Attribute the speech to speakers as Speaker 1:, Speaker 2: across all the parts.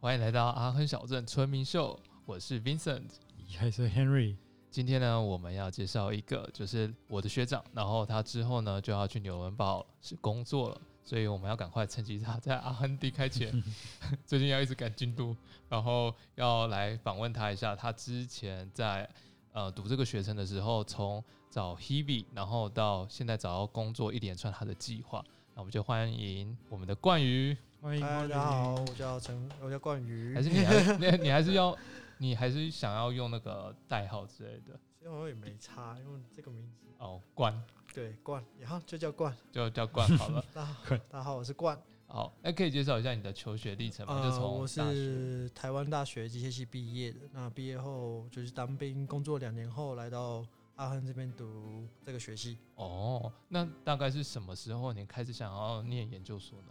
Speaker 1: 欢迎来到阿亨小镇村民秀，我是 Vincent。
Speaker 2: 还是 Henry，
Speaker 1: 今天呢，我们要介绍一个，就是我的学长，然后他之后呢就要去纽伦堡是工作了，所以我们要赶快趁机他在阿亨离开前，最近要一直赶进度，然后要来访问他一下，他之前在呃读这个学程的时候，从找 Hebe，然后到现在找到工作一连串他的计划，那我们就欢迎我们的冠宇，
Speaker 2: 欢迎
Speaker 3: 嗨，
Speaker 2: 光临
Speaker 3: 大家好，我叫陈，我叫冠宇。
Speaker 1: 还是你 还你你还是要你还是想要用那个代号之类的
Speaker 3: 其实我也没差，因为这个名字
Speaker 1: 哦，冠
Speaker 3: 对冠，然后就叫冠。
Speaker 1: 就叫冠好了。
Speaker 3: 大家好，大家好，我是冠。
Speaker 1: 好，那可以介绍一下你的求学历程吗？就
Speaker 3: 呃，
Speaker 1: 从
Speaker 3: 我
Speaker 1: 大学
Speaker 3: 是台湾大学机械系毕业的。那毕业后就是当兵，工作两年后来到阿亨这边读这个学系。
Speaker 1: 哦，那大概是什么时候你开始想要念研究所呢？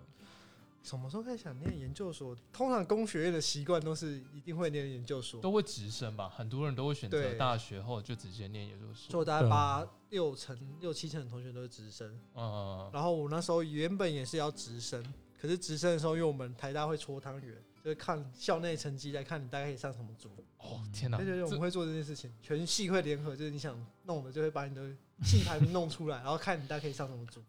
Speaker 3: 什么时候开始想念研究所？通常工学院的习惯都是一定会念研究所，
Speaker 1: 都会直升吧，很多人都会选择
Speaker 3: 对
Speaker 1: 大学后就直接念研究
Speaker 3: 所以我
Speaker 1: 所。
Speaker 3: 大概
Speaker 2: 对
Speaker 3: 八六成六七成的同学都是直升。
Speaker 1: 嗯，
Speaker 3: 然后我那时候原本也是要直升，可是直升的时候，因为我们台大会搓汤圆，就是看校内成绩来看你大概可以上什么组。
Speaker 1: 哦天哪，
Speaker 3: 对对对，我们
Speaker 1: 这
Speaker 3: 会做这件事情，全系会联合，就是你想弄的就会把你的系排名弄出来，然后看你大概可以上什么组。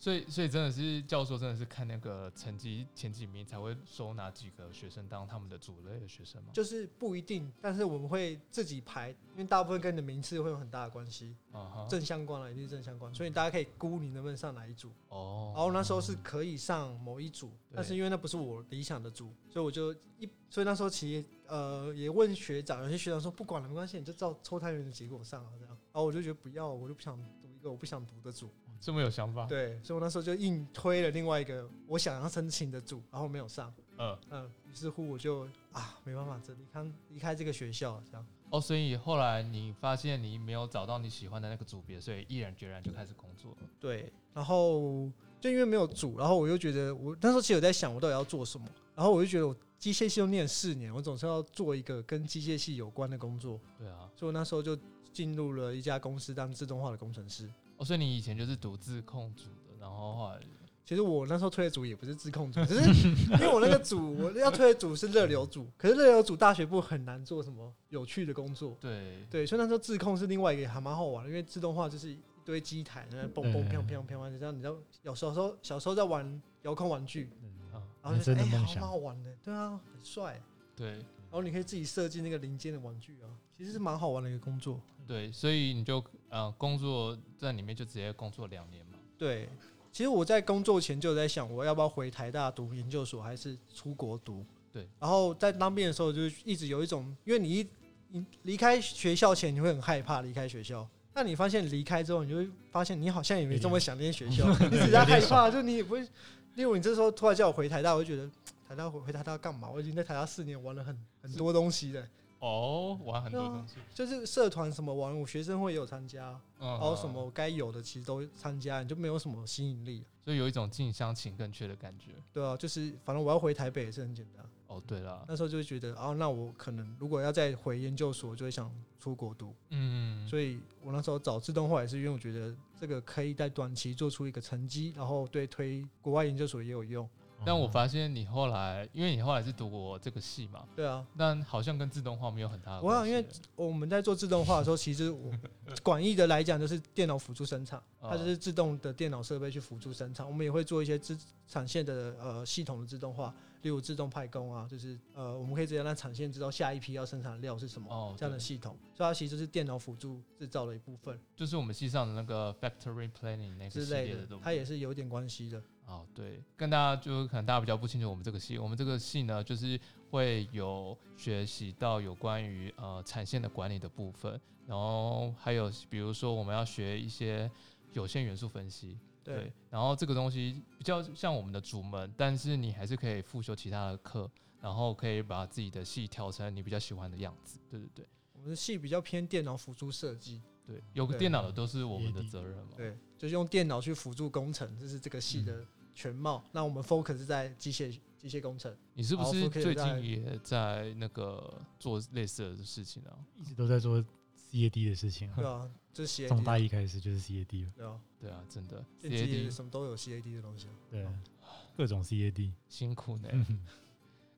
Speaker 1: 所以所以真的是教授真的是看那个成绩前几名才会收哪几个学生当他们的主类的学生吗？
Speaker 3: 就是不一定，但是我们会自己排，因为大部分跟你的名次会有很大的关系，
Speaker 1: 啊哈，
Speaker 3: 正相关了，一定是正相关，所以大家可以估你能不能上哪一组。
Speaker 1: 哦，
Speaker 3: 然后那时候是可以上某一组，但是因为那不是我理想的组，所以我就一，所以那时候其实呃也问学长，有些学长说不管了，没关系，你就照抽太原的结果上啊这样。然后我就觉得不要，我就不想读一个我不想读的组，
Speaker 1: 这么有想法，
Speaker 3: 对，所以我那时候就硬推了另外一个我想要申请的组，然后没有上，
Speaker 1: 嗯，
Speaker 3: 嗯，于是乎我就啊没办法，这离开离开这个学校这样。
Speaker 1: 哦，所以后来你发现你没有找到你喜欢的那个组别，所以毅然决然就开始工作了。
Speaker 3: 对，然后就因为没有组，然后我又觉得我那时候其实有在想我到底要做什么，然后我就觉得我机械系又念四年，我总是要做一个跟机械系有关的工作，
Speaker 1: 对啊，
Speaker 3: 所以我那时候就进入了一家公司当自动化的工程师。
Speaker 1: 哦，所以你以前就是读自控组的，然后后来
Speaker 3: 其实我那时候推的组也不是自控组，只是因为我那个组我要推的组是热流组，可是热流组大学部很难做什么有趣的工作，
Speaker 1: 对
Speaker 3: 对，所以那时候自控是另外一个还蛮好玩的，因为自动化就是一堆机台，那边蹦蹦
Speaker 2: 对
Speaker 3: 砰砰砰砰，你知道你知道，有时候小时候在玩遥控玩具，
Speaker 2: 嗯
Speaker 1: 啊，
Speaker 3: 然后
Speaker 2: 人
Speaker 3: 就
Speaker 2: 生
Speaker 3: 觉
Speaker 2: 的
Speaker 3: 得哎，
Speaker 2: 梦
Speaker 3: 好蛮
Speaker 2: 想
Speaker 3: 好玩的，对啊，很帅。
Speaker 1: 对
Speaker 3: 然后你可以自己设计那个零件的玩具啊，其实是蛮好玩的一个工作。
Speaker 1: 对，所以你就呃工作在里面就直接工作两年嘛。
Speaker 3: 对，其实我在工作前就有在想，我要不要回台大读研究所，还是出国读？
Speaker 1: 对。
Speaker 3: 然后在当兵的时候，就是一直有一种，因为你一你离开学校前，你会很害怕离开学校。但你发现离开之后，你就会发现你好像也没
Speaker 2: 哎
Speaker 3: 这么想 念学校，你只是在害怕，就你也不会。例如你这时候突然叫我回台大，我就觉得台大回回台大干嘛？我已经在台大四年玩了很很多东西了，
Speaker 1: 哦，玩很多
Speaker 3: 对啊
Speaker 1: 东西，
Speaker 3: 就是社团什么玩，我学生会也有参加，
Speaker 1: 嗯
Speaker 3: 然后什，么该有的其实都参加，你就没有什么吸引力。
Speaker 1: 所以有一种近乡情更怯的感觉。
Speaker 3: 对啊，就是反正我要回台北也是很简单。
Speaker 1: 哦，对了，
Speaker 3: 那时候就会觉得，哦，那我可能如果要再回研究所，就会想出国读。
Speaker 1: 嗯，
Speaker 3: 所以我那时候找自动化也是因为我觉得这个可以在短期做出一个成绩，然后对推国外研究所也有用。
Speaker 1: 嗯但我
Speaker 2: 哦
Speaker 1: 发现你后来，因为你后来是读我这个系嘛，
Speaker 3: 对啊，
Speaker 1: 但好像跟自动化没有很大的
Speaker 3: 我
Speaker 1: 啊关系哦
Speaker 3: 想因
Speaker 1: 耶。
Speaker 3: 为我们在做自动化的时候，其实我 广义的来讲就是电脑辅助生产，它就是自动的电脑设备去辅助生产。我们也会做一些资产线的呃系统的自动化，例如自动派工啊，就是呃我们可以直接让产线知道下一批要生产的料是什么、
Speaker 1: 哦
Speaker 3: 这样的
Speaker 1: 对
Speaker 3: 系统，所以它其实就是电脑辅助制造的一部分
Speaker 1: 就是我们系上的那个 factory planning 那个
Speaker 3: 之
Speaker 1: 系
Speaker 3: 类
Speaker 1: 列的
Speaker 3: 的
Speaker 1: 东，西，
Speaker 3: 它也是有点关系的。
Speaker 1: 哦，对，跟大家就可能大家比较不清楚我们这个系，我们这个系呢，就是会有学习到有关于呃产线的管理的部分，然后还有比如说我们要学一些有限元素分析，
Speaker 3: 对，
Speaker 1: 然后这个东西比较像我们的主门，但是你还是可以复修其他的课，然后可以把自己的系调成你比较喜欢的样子，对对对
Speaker 3: 我们的系比较偏电脑辅助设计，
Speaker 1: 对，有个
Speaker 3: 对
Speaker 1: 电脑的都是我们的
Speaker 2: EAD
Speaker 1: 责任嘛，
Speaker 3: 对，就是用电脑去辅助工程，这是这个系
Speaker 1: 嗯
Speaker 3: 的全貌。那我们 focus 在机械机械工程。
Speaker 1: 你是不
Speaker 3: 好
Speaker 1: 是
Speaker 3: ，Fukio
Speaker 1: 最
Speaker 3: 在
Speaker 1: 近也在那个做类似的事情啊？
Speaker 2: 一直都在做 CAD 的事 情啊，
Speaker 3: 对啊，这是 CAD
Speaker 2: 从大
Speaker 3: 啊
Speaker 2: 一开始就是 CAD 了，
Speaker 3: 对啊，
Speaker 1: 对啊，真的
Speaker 3: 电机
Speaker 1: CAD
Speaker 3: 什么都有 CAD 的东西啊。
Speaker 2: 对啊，各种 CAD，
Speaker 1: 辛苦呢。
Speaker 2: 嗯哼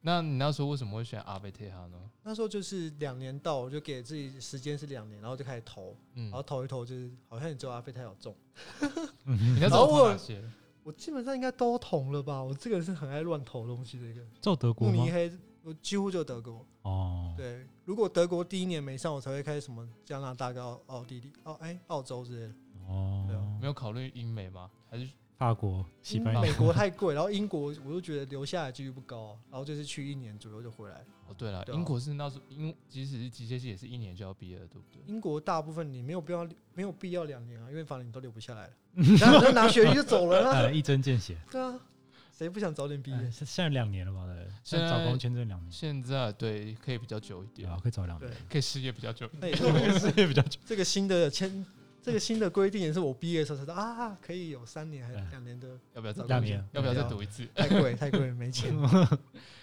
Speaker 1: 那你那时候为什么会选阿贝特哈呢？
Speaker 3: 那时候就是两年到，我就给自己时间是两年，然后就开始投，
Speaker 1: 嗯
Speaker 3: 然，后投一投就是好像也只有阿飞太有中，
Speaker 1: 你那时
Speaker 3: 然后
Speaker 1: 候投
Speaker 3: 我
Speaker 1: 哪些？
Speaker 3: 我基本上应该都投了吧。我这个人是很爱乱投东西的一个人。
Speaker 2: 照德
Speaker 3: 慕
Speaker 2: 国吗
Speaker 3: 尼？黑我几乎就德国，
Speaker 2: 哦，
Speaker 3: 对，如果德国第一年没上，我才会开始什么加拿大跟奥奥地利、哦哎澳洲之类的。对啊嗯
Speaker 2: 哦，
Speaker 1: 没有考虑英美吗？还是
Speaker 2: 法国、西班牙、
Speaker 3: 美国太贵，然后英国我就觉得留下来几率不高，啊然后就是去一年左右就回来。
Speaker 1: 哦，对了，
Speaker 3: 对啊
Speaker 1: 英国是那时候英，即使是机械系也是一年就要毕业了，对不对？
Speaker 3: 英国大部分你没有必要没有必要两年啊，因为反正你都留不下来 了，然后你就拿学历就走了啊。
Speaker 2: 呃，一针见血。
Speaker 3: 对啊，谁不想早点 毕
Speaker 2: 呃
Speaker 3: 业？
Speaker 2: 现现在两年了吧？对，
Speaker 1: 现
Speaker 2: 现
Speaker 1: 在
Speaker 2: 在找工签证两年，
Speaker 1: 现在对可以比较久一
Speaker 2: 对
Speaker 1: 点，
Speaker 2: 啊，可以找两
Speaker 3: 对
Speaker 2: 年。，
Speaker 1: 可以失业比较久。
Speaker 3: 那
Speaker 2: 哎
Speaker 3: 也是我
Speaker 2: 事业比较久，
Speaker 3: 这个新的签，这个新的规定也是我毕业的时候才知道啊，可以有三年还
Speaker 2: 哎
Speaker 3: 是两年的，
Speaker 1: 要不要再
Speaker 2: 两年
Speaker 1: 要不要再读一次？
Speaker 3: 太 贵太贵，没钱。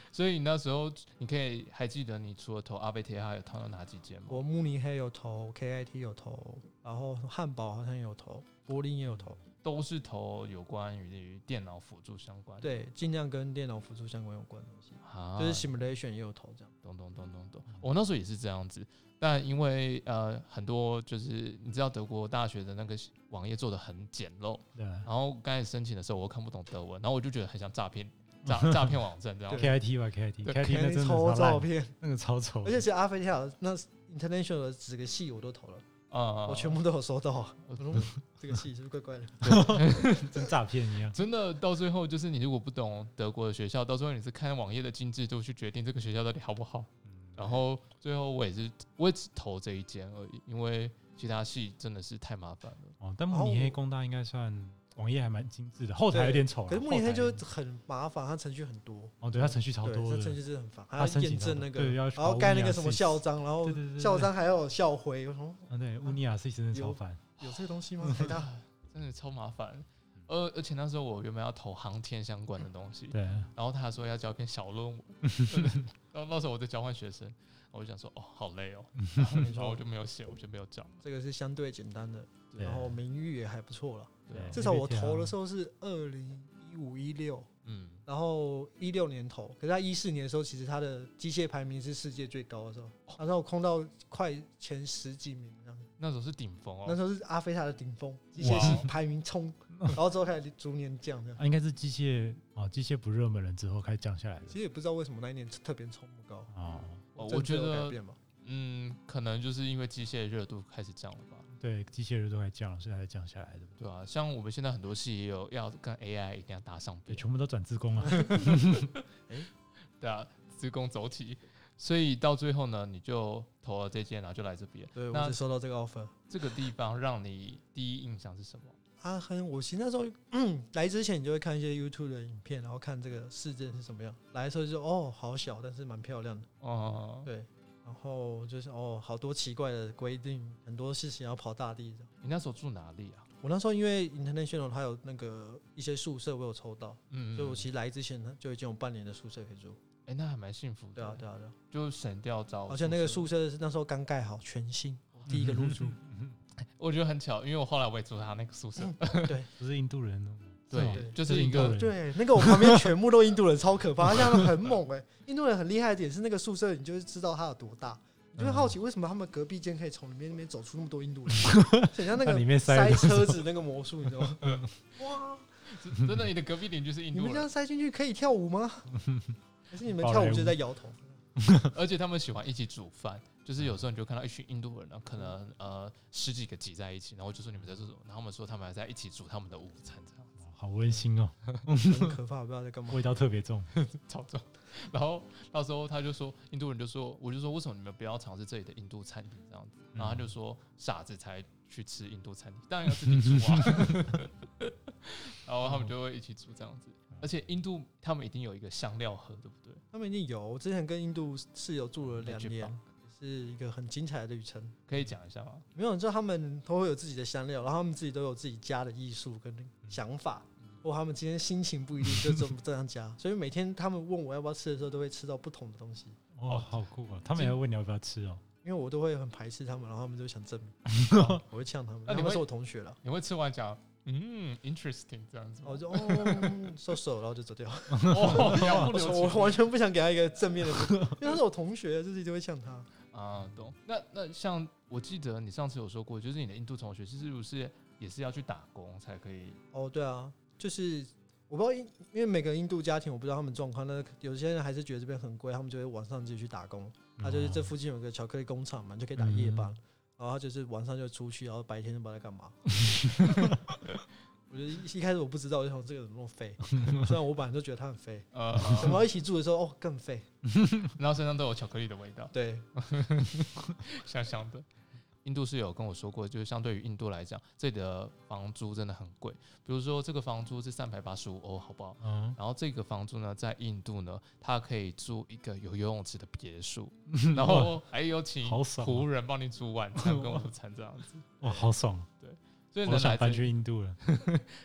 Speaker 1: 所以你那时候你可以还记得你除了投阿贝铁哈有投到哪几间吗？
Speaker 3: 我慕尼黑有投，KIT 有投，然后汉堡好像也有投，柏林也有投。
Speaker 1: 都是投有关于电脑辅助相关的。
Speaker 3: 对，尽量跟电脑辅助相关有关的东西，
Speaker 1: 啊，
Speaker 3: 就是 simulation 也有投这样。
Speaker 1: 懂懂懂懂懂。我那时候也是这样子，但因为呃很多就是你知道德国大学的那个网页做的很简陋，
Speaker 3: 嗯
Speaker 2: 对啊
Speaker 1: 然后刚开始申请的时候我又看不懂德文，然后我就觉得很像诈骗 诈诈骗网站这样。
Speaker 2: ，KIT 吧，KIT，KIT
Speaker 1: 对
Speaker 2: 那真的
Speaker 3: 抽
Speaker 2: 超
Speaker 3: 照
Speaker 2: 烂，
Speaker 3: 片，
Speaker 2: 那个超丑
Speaker 3: 而。且其实阿飞跳那 international 的几个系我都投了，
Speaker 1: 啊
Speaker 2: 哦
Speaker 3: 我全部都有收到。啊
Speaker 1: 我
Speaker 3: 我说这个系是不是怪怪的？
Speaker 2: 啊跟诈骗一样。
Speaker 1: 真的到最后就是你如果不懂德国的学校，到最后你是看网页的精致度去决定这个学校到底好不好。
Speaker 3: 嗯
Speaker 1: 然后最后我也是我也只投这一间而已，因为其他系真的是太麻烦了。
Speaker 2: 哦，但慕尼黑工大应该算网页还蛮精致的，后台有点丑啊。
Speaker 3: 可是慕尼黑
Speaker 2: 后
Speaker 3: 就
Speaker 2: 台
Speaker 3: 很麻烦，它程序很多，
Speaker 2: 哦，对，它程序超
Speaker 3: 对，
Speaker 2: 多
Speaker 3: 这
Speaker 2: 的
Speaker 3: 程，序真的很烦，还
Speaker 2: 它
Speaker 3: 要
Speaker 2: 申请
Speaker 3: 验
Speaker 2: 超多
Speaker 3: 证那个，
Speaker 2: 对，要
Speaker 3: 然后盖那个什么校章，然后
Speaker 2: 对对对对
Speaker 3: 校章还要有校徽。我 说
Speaker 2: 啊，对，乌尼亚是真的超烦。
Speaker 3: 有这个东西吗？太大。
Speaker 1: 真的超麻烦。
Speaker 3: 嗯
Speaker 1: 而而且那时候我原本要投航天相关的东西，
Speaker 2: 对，啊
Speaker 1: 然后他说要交一篇小论 文，然后那时候我在交换学生，我就想说哦好累 哦，然后我就没有写，我就没有交。
Speaker 3: 这个是相对简单的，
Speaker 2: 对
Speaker 3: 然后名誉也还不错了。
Speaker 1: 对啊，
Speaker 3: 至少我投的时候是二零一五一六，
Speaker 1: 嗯，
Speaker 3: 然后一六年投，可是他一四年的时候，其实他的机械排名是世界最高的时候，
Speaker 1: 哦
Speaker 3: 那时候我空到快前十几名这样子
Speaker 1: 那时候是顶峰
Speaker 3: 那
Speaker 1: 哦，
Speaker 3: 时候是阿菲塔的顶峰，机
Speaker 1: 哇
Speaker 3: 械
Speaker 1: 哦
Speaker 3: 系排名冲，然后之后开始逐年降这样。
Speaker 2: 啊，应该是机械哦，机械不热门了之后开始降下来的
Speaker 3: 其。实也不知道为什么那一年特别冲不高，
Speaker 2: 哦，
Speaker 1: 哦我
Speaker 3: 政
Speaker 1: 觉
Speaker 3: 策有改
Speaker 1: 得
Speaker 3: 变吧，
Speaker 1: 嗯，可能就是因为机械热度开始降了吧，
Speaker 2: 对，机械热都快降了，所以它才降下来的。
Speaker 1: 对啊，像我们现在很多系也有要跟 AI 一定要搭上
Speaker 2: 对，
Speaker 1: 边，
Speaker 2: 全部都转自工啊 了。
Speaker 1: 对啊，职工走起，所以到最后呢，你就投了这间，然后就来这边。
Speaker 3: 对我
Speaker 1: 那
Speaker 3: 只收到这个 offer。
Speaker 1: 这个地方让你第一印象是什么？
Speaker 3: 阿亨，我其实那时候、 嗯、来之前，你就会看一些 YouTube 的影片，然后看这个市政是什么样。来的时候就哦，好小，但是蛮漂亮的。
Speaker 1: 哦、
Speaker 3: 对，然后就是哦，好多奇怪的规定，很多事情要跑大地的。
Speaker 1: 你那时候住哪里啊？
Speaker 3: 我那时候因为 international 它有那个一些宿舍，我有抽到，
Speaker 1: 嗯
Speaker 3: 所以我其实来之前呢就已经有半年的宿舍可以住。
Speaker 1: 哎、那还蛮幸福的。欸
Speaker 3: 对啊，对啊，对啊。
Speaker 1: 就省掉招。
Speaker 3: 而且那个宿舍是那时候刚盖好，全新，第一 个入住。
Speaker 1: 我觉得很巧，因为我后来我也住他那个宿舍。
Speaker 2: 不是印度人哦，是
Speaker 1: 对，
Speaker 3: 对
Speaker 1: 就是一
Speaker 2: 这是
Speaker 1: 个
Speaker 2: 一
Speaker 3: 对，那个我旁边全部都印度人，超可怕，而且他们很猛哎、印度人很厉害的点是那个宿舍，你就会知道它有多大。你就会好奇为什么他们隔壁间可以从里面那边走出那么多印度人，很像 那
Speaker 2: 它
Speaker 3: 个
Speaker 2: 里面塞了
Speaker 3: 塞
Speaker 2: 多少
Speaker 3: 车子那个魔术，你知道吗？哇，
Speaker 1: 真的，你的隔壁邻居是印
Speaker 3: 嗯你
Speaker 1: 度
Speaker 3: 们这
Speaker 1: 人，
Speaker 3: 样塞进去可以跳舞吗？可是你们跳舞就在摇头？
Speaker 1: 而且他们喜欢一起煮饭。就是有时候你就看到一群印度人，然后可能呃十几个挤在一起，然后我就说你们在做什么，然后他们说他们还在一起煮他们的午餐，这样
Speaker 2: 哦好温馨哦，
Speaker 3: 很可怕，不知道在干嘛。
Speaker 2: 味道特 别重。
Speaker 1: 超重。然后到时候他就说印度人就说，我就说为什么你们不要尝试这里的印度餐厅这样子？然后他就说傻子才去吃印度餐厅，当然要自己煮啊。然后他们就会一起煮这样子，而且印度他们一定有一个香料盒，对不对？
Speaker 3: 他们一定有，我之前跟印度室友住了两
Speaker 1: Magic
Speaker 3: 年
Speaker 1: Bar，
Speaker 3: 是一个很精彩的旅程。
Speaker 1: 可以讲一下吗？
Speaker 3: 没有，就他们都会有自己的香料，然后他们自己都有自己家的艺术跟想法，
Speaker 1: 嗯
Speaker 3: 或他们今天心情不一定就这么这 样加，所以每天他们问我要不要吃的时候，都会吃到不同的东西，
Speaker 2: 哦，好酷哦！他们也会问你要不要吃哦。
Speaker 3: 因为我 都会很排斥他们，然后他们就想证明，我会呛他们，
Speaker 1: 那
Speaker 3: 他
Speaker 1: 你会
Speaker 3: 们是我同学了。
Speaker 1: 你会吃完讲嗯，interesting 这样子 吗。
Speaker 3: 我就哦 so so，然后就走掉。
Speaker 1: 哦，了不留
Speaker 3: 我我
Speaker 1: 情
Speaker 3: 完全不想给他一个正面的，因为他是我同学，就是一定会呛他。
Speaker 1: 啊，懂。那那像我记得你上次有说过，就是你的印度同学是不是也是要去打工才可以？
Speaker 3: 哦，对啊，就是我不知道印，因为每个印度家庭我不知道他们状况，那有些人还是觉得这边很贵，他们就会晚上自己去打工。他就是这附近有个巧克力工厂嘛，你就可以打夜班，然后他就是晚上就出去，然后白天就不知道在干嘛。我就一一开始我不知道，我就想这个人那么废，虽然我本来就觉得他很废，
Speaker 1: 呃，
Speaker 3: 等到一起住的时候，哦，更废。
Speaker 1: 然后身上都有巧克力的味道，
Speaker 3: 对，
Speaker 1: 香香的。印度是有跟我说过，就是相对于印度来讲，这里的房租真的很贵。比如说这个房租是三百八十五欧，好不好？
Speaker 2: 嗯，
Speaker 1: 然后这个房租呢，在印度呢，它可以住一个有游泳池的别 墅，然后还有请
Speaker 2: 哦好爽啊
Speaker 1: 仆人帮你煮晚餐跟午餐这样子。
Speaker 2: 哇，好爽，哦
Speaker 1: 所以
Speaker 2: 我都
Speaker 1: 能来
Speaker 2: 想搬
Speaker 1: 这
Speaker 2: 去印度了。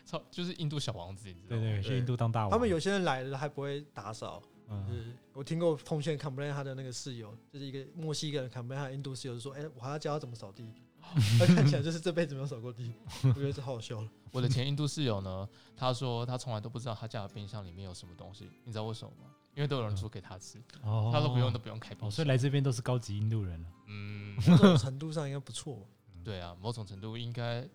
Speaker 1: 超就是印度小王子，你知道
Speaker 2: 对
Speaker 1: 吗？
Speaker 2: 对，去印度当大王。
Speaker 3: 他们有些人来了还不会打扫，就
Speaker 2: 嗯，
Speaker 3: 是我听过通县坎布雷他的那个室友，就是一个墨西哥人坎布雷他的印度室友就说：“哎、我还要教他怎么扫地。” 他看起来就是这辈子没有扫过地，我觉得这好笑了。
Speaker 1: 我的前印度室友呢，他说他从来都不知道他家的冰箱里面有什么东西，你知道为什么吗？因为都有人煮给他吃，
Speaker 2: 嗯哦
Speaker 1: 嗯他都不用都不用开冰
Speaker 2: 哦，所
Speaker 1: 箱
Speaker 2: 以。来这边都是高级印度人了。
Speaker 1: 嗯，
Speaker 3: 某种程度上应该不错嘛。
Speaker 1: 对啊，某种程度应该，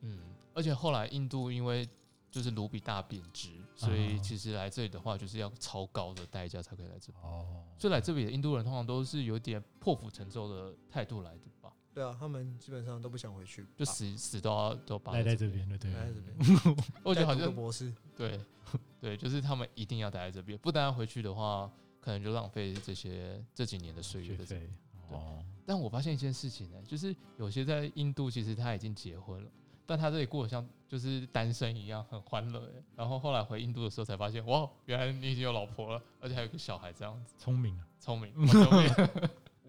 Speaker 1: 嗯，而且后来印度因为就是卢比大贬值，所以
Speaker 2: 啊
Speaker 1: 其实来这里的话，就是要超高的代价才可以来这里。
Speaker 2: 哦，
Speaker 1: 所以来这里的印度人通常都是有点破釜沉舟的态度来的吧，
Speaker 3: 对啊，他们基本上都不想回去，
Speaker 1: 就
Speaker 3: 啊
Speaker 1: 死、死都要都把
Speaker 2: 待在这。边，对对
Speaker 3: 待
Speaker 2: 了。
Speaker 3: 在这边。
Speaker 1: 我觉得好
Speaker 3: 再读
Speaker 1: 像
Speaker 3: 个博士，
Speaker 1: 对 对，就是他们一定要待在这边，不然回去的话，可能就浪费这些这几年的岁月
Speaker 2: 学
Speaker 1: 在这里。
Speaker 2: 费哦，
Speaker 1: 但我发现一件事情呢、就是有些在印度其实他已经结婚了，但他这里过得像就是单身一样，很欢乐、欸。然后后来回印度的时候才发现，哇，原来你已经有老婆了，而且还有一个小孩，这样子
Speaker 2: 聪明啊，
Speaker 1: 聪明。好聪 明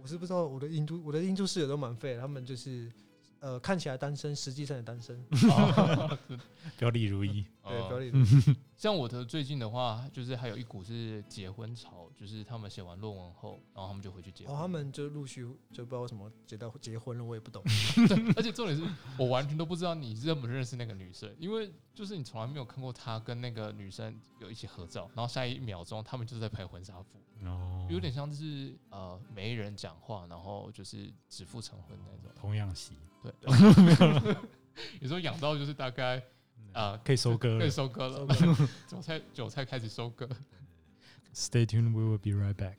Speaker 3: 我是不知道我的印度我的印度室友都蛮废的，他们就是呃看起来单身，实际上也单身，
Speaker 1: 哦
Speaker 2: 表里如一。
Speaker 3: 对，表
Speaker 1: 哦
Speaker 3: 里如
Speaker 1: 像我的最近的话，就是还有一股是结婚潮，就是他们写完论文后，然后他们就回去结婚。
Speaker 3: 哦，他们就陆续就不知道为什么结到结婚了，我也不懂。
Speaker 1: 而且重点是我完全都不知道你认不认识那个女生，因为就是你从来没有看过她跟那个女生有一起合照，然后下一秒钟他们就是在拍婚纱照，
Speaker 2: 哦，
Speaker 1: 有点像是呃没人讲话，然后就是指腹成婚那种。
Speaker 2: 童养媳，
Speaker 1: 对，你说养到就是大概啊
Speaker 2: 可以嗯收割
Speaker 1: 可
Speaker 2: 了
Speaker 1: 以。收割了，韭菜韭菜开始收割。
Speaker 2: Stay tuned, we will be right back.